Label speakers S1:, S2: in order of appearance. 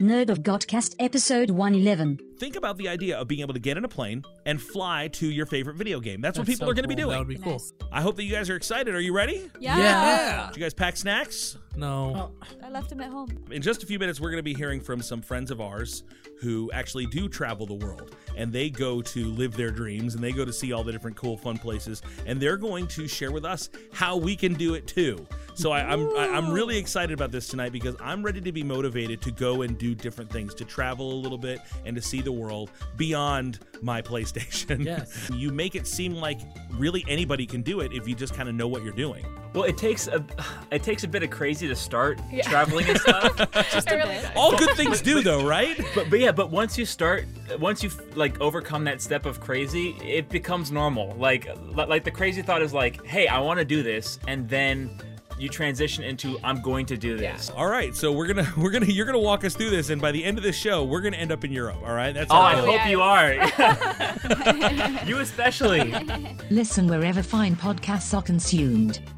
S1: Nerd of Godcast episode 111.
S2: Think about the idea of being able to get in a plane and fly to your favorite video game. That's, what
S3: That's
S2: people
S3: so
S2: are going to be
S3: cool. That
S2: doing.
S3: would be cool.
S4: Nice.
S2: I hope that you guys are excited. Are you ready?
S4: Yeah.
S3: Yeah.
S2: Did you guys pack snacks?
S3: No.
S4: I left him at home.
S2: In just a few minutes, we're going to be hearing from some friends of ours who actually do travel the world and they go to live their dreams and they go to see all the different cool, fun places. And they're going to share with us how we can do it too. So I, I'm I, I'm really excited about this tonight because I'm ready to be motivated to go and do different things, to travel a little bit and to see the world beyond my PlayStation.
S3: Yes.
S2: you make it seem like really anybody can do it if you just kind of know what you're doing.
S5: Well, it takes a it takes a bit of crazy to start traveling and stuff.
S4: Just a bit.
S2: All good things do though, right?
S5: but, but yeah, but once you start, once you like overcome that step of crazy, it becomes normal. Like li- like the crazy thought is like, hey, I want to do this, and then you transition into I'm going to do this.
S2: All right, so we're gonna we're gonna you're gonna walk us through this, and by the end of this show, we're gonna end up in Europe. All right, that's
S5: Oh, I
S2: our goal.
S5: hope you are. you especially.
S6: Listen wherever fine podcasts are consumed.